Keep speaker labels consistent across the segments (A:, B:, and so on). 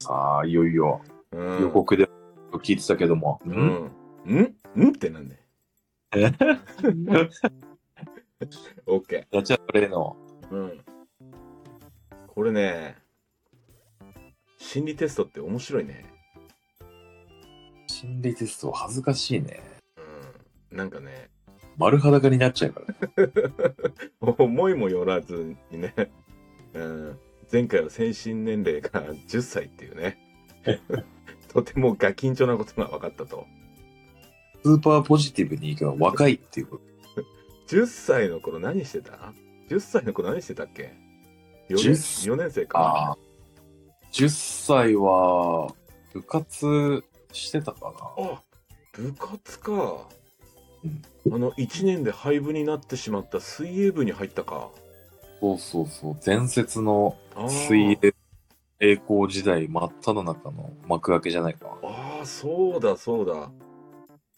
A: さあ、いよいよ
B: うん
A: 予告で聞いてたけども。
B: う
A: うん
B: ん。うんうんってなんで。 オッケ
A: ガチャトレの。
B: ー。うん。これね、心理テストって面白いね。
A: 心理テスト恥ずかしいね。
B: うん。なんかね、
A: 丸裸になっちゃうからね。
B: 思いもよらずにね、うん、前回は精神年齢が10歳っていうね とてもガキンチョなことが分かったと
A: スーパーポジティブに行けば若いっていうこと。
B: 10歳の頃何してた ?10 歳の頃何してたっけ 4,
A: 10
B: 年4年生か
A: ああ。10歳は、部活してたかな。
B: あ部活か
A: うん
B: あの1年で廃部になってしまった水泳部に入ったか
A: そうそうそう。前節の
B: あー
A: 水泳栄光時代真っ只中の幕開けじゃないかな。
B: ああそうだそうだ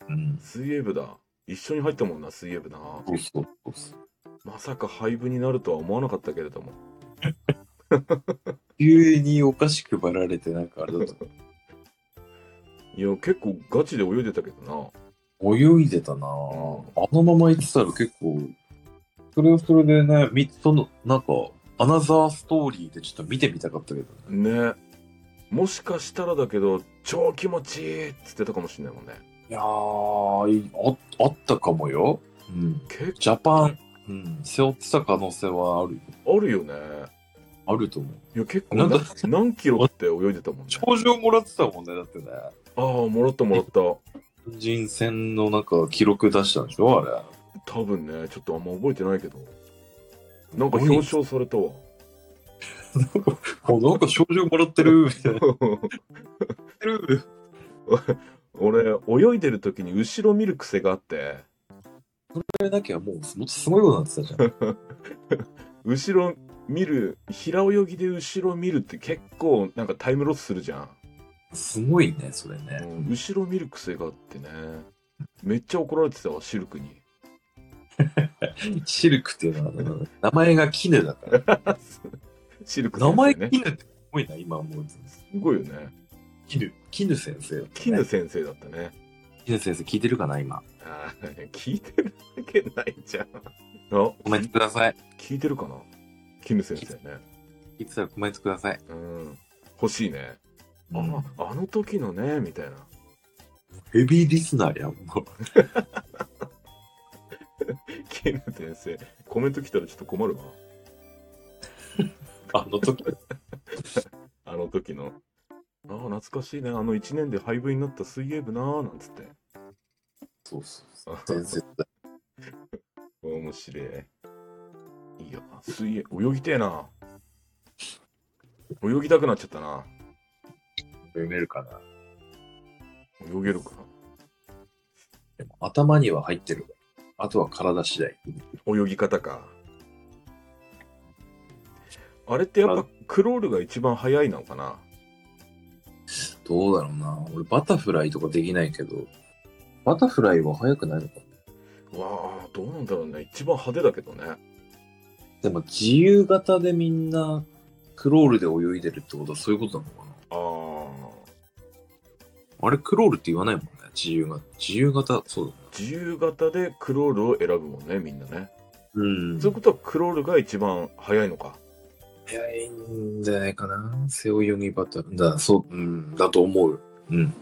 A: うん。
B: 水泳部だ一緒に入ったもんな水泳部な
A: そうそうそうそう。
B: まさか廃部になるとは思わなかったけれども
A: 急にお菓子配られて、なんかあれだと。
B: いや結構ガチで泳いでたけど
A: 泳いでたなぁあのまま行ってたら結構、それはそれでね、みその、なんか、アナザーストーリーでちょっと見てみたかったけどね。
B: なねもしかしたらだけど超気持ちいいっつってたかもしれないもんね
A: いやーいあ、あったかもよ。うん。
B: 結
A: ジャパン、うん、背負ってた可能性はあるよ。
B: 構あるよね
A: あると思う。
B: いや結構
A: なんだ
B: な何キロって泳いでたもんね
A: 頂上もらってたもんね、だってね。
B: ああもらったもらった
A: 人選のなんか記録出したんでしょあれ。
B: 多分ねちょっとあんま覚えてないけどなんか表彰されたわ
A: おなんか賞状もらって るみたいな。
B: 俺泳いでる時に後ろ見る癖があって
A: それだけはもう、もっとすごいことになってたじゃん。
B: 後ろ見る平泳ぎで後ろ見るって結構なんかタイムロスするじゃん
A: すごいね、それね。
B: うん後ろ見る癖があってねめっちゃ怒られてたわシルクに
A: シルクっていうのは、あの名前がキヌだから。
B: シルク
A: 名
B: 先
A: 前
B: 生
A: キ
B: ね
A: ヌってすごいな、今思うと。
B: すごいよね
A: キヌ、キヌ先生だったね、
B: キヌ先生だったね
A: キヌ先生聞いてるかな、今。
B: あー聞いてるわけないじゃんあ
A: コメントください。
B: 聞いてるかなキヌ先生ね
A: 聞いてたらコメントください。
B: うん欲しいねあ,、あの時のねみたいな
A: ヘビーリスナーやん、もう。
B: キヌ先生コメント来たらちょっと困るわ
A: あの時。
B: あの時のああ懐かしいねあの1年で廃部になった水泳部なーなんつって
A: そうそうそう。先生だ。
B: 面白い。いいよな。水泳、泳ぎてえな。泳ぎたくなっちゃったな。
A: 読めるかな。
B: 泳げるか
A: でも頭には入ってる。あとは体次第。
B: な。泳ぎ方か。あれってやっぱクロールが一番早いのかな。
A: どうだろうな。俺、バタフライとかできないけど、バタフライは速くないのかな。
B: うわあ、どうなんだろうね。一番派手だけどね。
A: でも、自由形でみんな、クロールで泳いでるってことはそういうことなのかな。
B: ああ、
A: あれ、クロールって言わないもんね。自由形。自由形、そうだな。
B: 自由形でクロールを選ぶもんね、みんなね。
A: うん
B: そういうことはクロールが一番早いのか。
A: 早いんじゃないかな。背泳ぎバター。だ、そう、うん、だと思う。うん。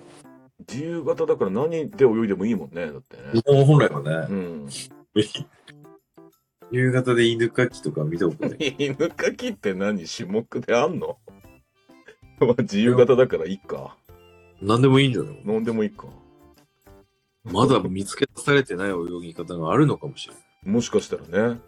B: 自由形だから何で泳いでもいいもんね、だってね。
A: 本来は
B: う
A: ね、
B: ん。
A: 夕方で犬かきとか見たことない。
B: 犬かきって何種目であんの まあ自由形だからいいか。
A: 何でもいいんじゃない
B: 飲んでもいいか。
A: まだ見つけ出されてない泳ぎ方があるのかもしれない。
B: もしかしたらね。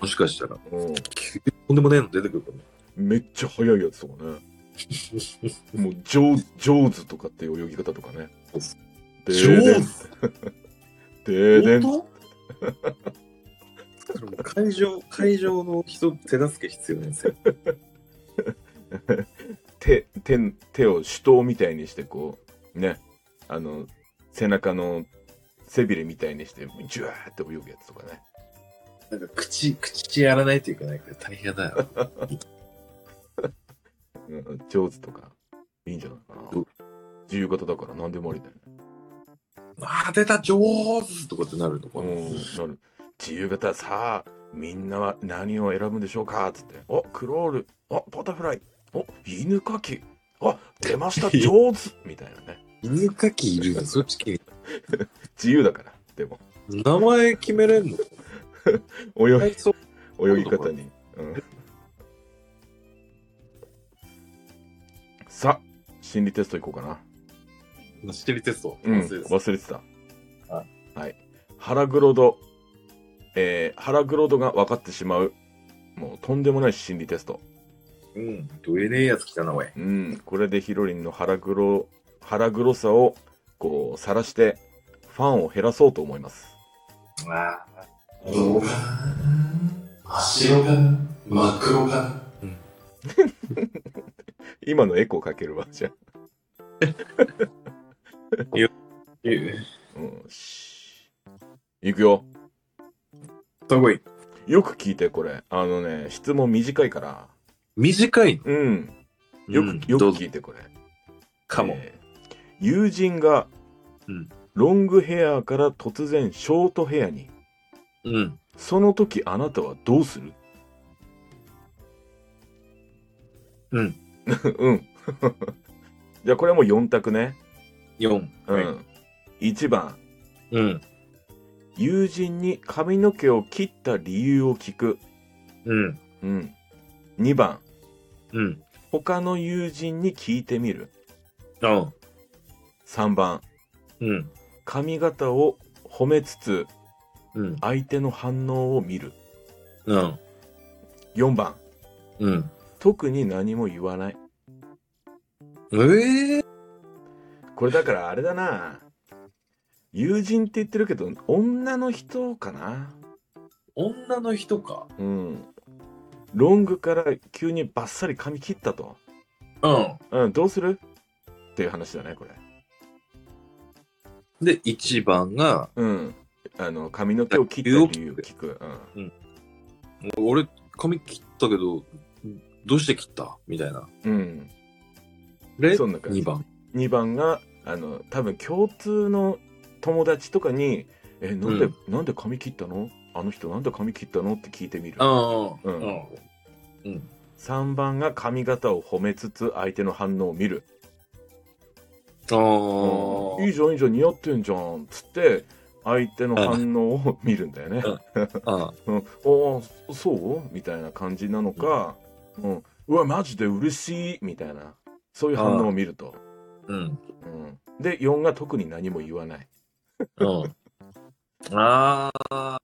A: もしかしたら、
B: うん。
A: とんでもねえの出てくるかも。
B: めっちゃ速いやつとかね。もう、ジョー、ジョーズとかっていう泳ぎ方とかね。でーで
A: 上
B: んでーでん
A: 本当それもう 会場、会場の人、手助け必要なんですよ。
B: 手、手、手を手刀みたいにしてこう、ね。あの、背中の背びれみたいにして、ジュワーって泳ぐやつとかね。
A: なんか口、口やらないといけないから大変だよ。
B: うん、上手とか。いいんじゃないかな
A: うん。
B: 自由形だから何でもありだよね。
A: あー、出た、上手とかってなるのか
B: う
A: な。
B: ん、なる。自由形さあ、みんなは何を選ぶんでしょうかつって。お、クロール。お、バタフライ。お、犬かき。あ、出ました、上手みたいなね。
A: 犬かきいるの、そっち系。
B: 自由だから。でも、
A: 名前決めれんの
B: 泳
A: 体操
B: ぎ、泳ぎ方に。うん。さあ、心理テストいこうかな。
A: の仕切りテスト。
B: うん、
A: 忘れてた
B: 忘れてた。
A: は
B: はい。腹黒度、えー、腹黒度が分かってしまう、もうとんでもない心理テスト。
A: うん、どえねえやつ来たな、おい。
B: うん、これでヒロリンの腹黒、腹黒さを、こう、晒して、ファンを減らそうと思います。
A: あ
C: 動画白が真っ黒が
B: 今のエコーかけるわ、じゃあ
A: あ。え、
B: うん、しいくよ。
A: すごい。
B: よく聞いて、これ。あのね、質問短いから。
A: 短い
B: うん。よく、よく
A: どうぞ
B: 聞いて、これ。
A: かも。
B: えー友人が
A: うん
B: ロングヘアから突然ショートヘアに
A: うん。
B: その時あなたはどうする
A: うん
B: うん じゃあこれはもう4択ね、
A: 4。
B: うん、1番
A: うん。
B: 友人に髪の毛を切った理由を聞く、
A: うん。
B: うん、2番
A: うん。
B: 他の友人に聞いてみる
A: うん。
B: 3番
A: うん。
B: 髪型を褒めつつ
A: うん。
B: 相手の反応を見る
A: うん。
B: 4番
A: うん。
B: 特に何も言わない
A: ええ
B: これだからあれだな友人って言ってるけど女の人かな
A: 女の人か。
B: うんロングから急にバッサリ髪切ったと
A: う
B: うんどうするっていう話だねこ
A: ん。
B: れ
A: で、1番が、
B: うんあの髪の毛を切った理由を聞く、
A: 俺、髪切ったけど、どうして切ったみたいな。
B: うんうん、
A: で、
B: そんな感じ
A: 2番。
B: 2番があの多分共通の友達とかに「えなんで、
A: うん
B: なんで髪切ったのあの人なんで髪切ったの?」って聞いてみる
A: ああ。
B: うん
A: うん。
B: 3番が髪型を褒めつつ相手の反応を見る
A: あ
B: うんいい
A: ー
B: じゃんいいじゃん似合ってんじゃんつって相手の反応を見るんだよね。
A: あ
B: うん、おーそうみたいな感じなのか、うん、うわマジで嬉しいみたいなそういう反応を見ると。
A: うん。
B: うん、で4が特に何も言わない。
A: うん。ああ。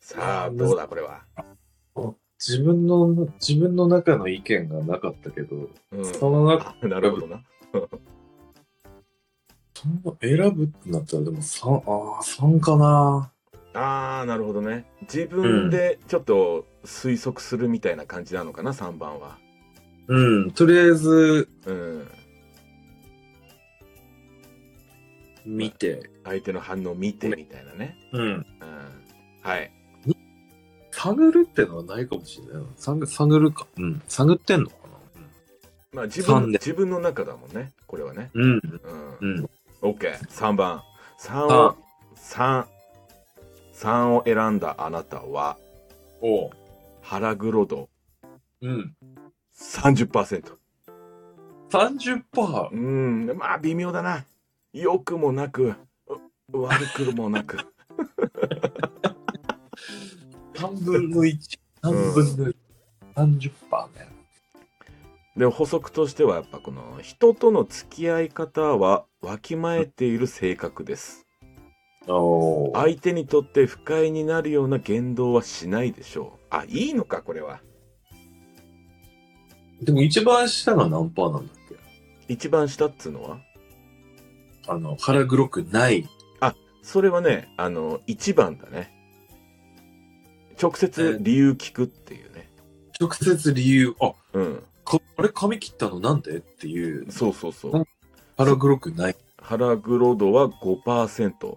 B: さあどうだこれは。
A: 自分の、自分の中の意見がなかったけど、
B: うん、
A: その中、
B: あなるほどな。
A: その選ぶってなったら、でも3、ああ、3かな。
B: あーなるほどね。自分でちょっと推測するみたいな感じなのかな3番は。
A: うん、とりあえず、
B: うん、
A: 見て。
B: 相手の反応を見てみたいなね。
A: うん。
B: うん、はい。
A: 探るってのはないかもしれないな。探探るか。うん。探ってんのか
B: まあ自
A: 三
B: 分
A: で
B: 自分の中だもんね、これはね。
A: なうん。
B: うん。
A: うん。
B: OK3 番。3
A: あ
B: を、三三を選んだあなたは、
A: おう。
B: 腹黒度
A: うん。
B: 30%。
A: 30%!
B: うん、まあ微妙だな。良くもなく、う悪くもなく。
A: 3分の1。3分の1。30%ね。
B: で、補足としてはやっぱこの、人との付き合い方は、わきまえている性格です。
A: おあ
B: 相手にとって不快になるような言動はしないでしょう。あ、いいのか、これは。
A: でも一番下が何パーなんだっけ
B: 一番下っつうのは
A: あの、腹黒くない。
B: それはね、あの、一番だね。直接理由聞くっていうね。
A: 直接理由、あ、
B: うん。
A: かあれ髪切ったのなんでっていう、。
B: そうそうそううん
A: 腹黒くない。
B: 腹黒度は5%。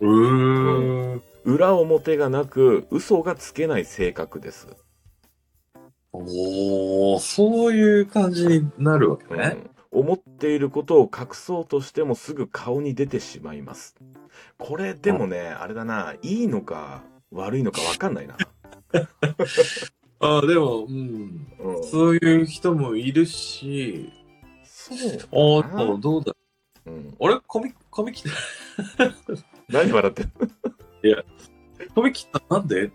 A: うーん。
B: 裏表がなく、嘘がつけない性格です。
A: おー、そういう感じになるわけ
B: う
A: ね。
B: ん思っていることを隠そうとしてもすぐ顔に出てしまいます。これでもね、あれだな、いいのか悪いのかわかんないな。
A: ああ、でも、うん。
B: うん、そう
A: そういう人もいるし、あ
B: だ
A: あ、
B: な、
A: どうだ。
B: うん。
A: あれ髪、髪切っ
B: 何笑ってる
A: た、髪切ったなんでって、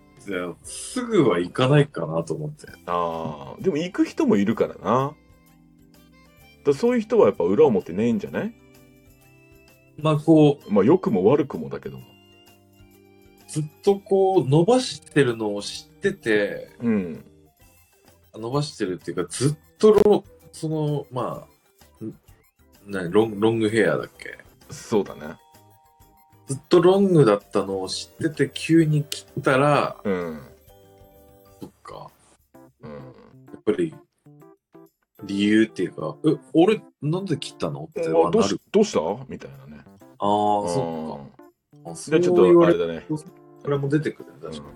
A: すぐは行かないかなと思って。
B: ああ、でも行く人もいるからな。だからそういう人はやっぱ裏表ねえんじゃない
A: まあ、こう、
B: まあ良くも悪くもだけども。
A: ずっとこう、伸ばしてるのを知ってて、
B: うん。
A: 伸ばしてるっていうか、ずっとロ、その、まあ、ん何ロング、ロングヘアだっけ
B: そうだね。
A: ずっとロングだったのを知ってて、急に切ったら、
B: うん。
A: そっか、
B: うん。
A: やっぱり、理由っていうか、え、俺、なんで切ったのって
B: あ
A: は
B: どう
A: な
B: し
A: る。
B: どうしたみたいなね。
A: ああ、そ
B: そ
A: っか。あ
B: う
A: そ
B: で、
A: う
B: ちょっ
A: 言
B: と
A: わ
B: あ
A: れ
B: れ
A: る
B: だね。
A: これも出てくるね、確かにね。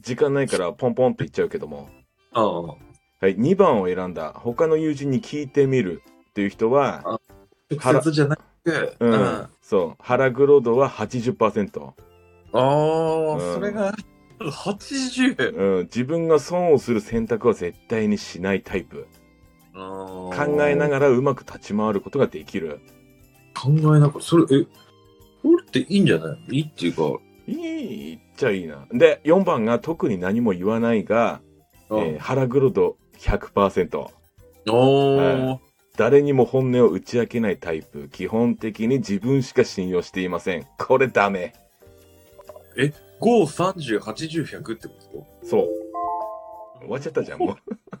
B: 時間ないからポンポンって言っちゃうけども。
A: ああ、
B: はい、2番を選んだ他の友人に聞いてみるっていう人は、腹
A: 直接じゃなくて、
B: うん
A: あ
B: そう腹黒度は80%、
A: あー、
B: うん
A: それが、80!
B: うん、自分が損をする選択は絶対にしないタイプ
A: 考
B: 考えながらうまく立ち回ることができる
A: 考えなくそれえこれっていいんじゃないいいっていうか、
B: いい言っちゃいいなで4番が特に何も言わないが、えー腹黒度100%
A: お
B: は
A: ー
B: 誰にも本音を打ち明けないタイプ基本的に自分しか信用していませんこれダメ
A: 5、30、80、100ってこと
B: そう終わっちゃったじゃんもう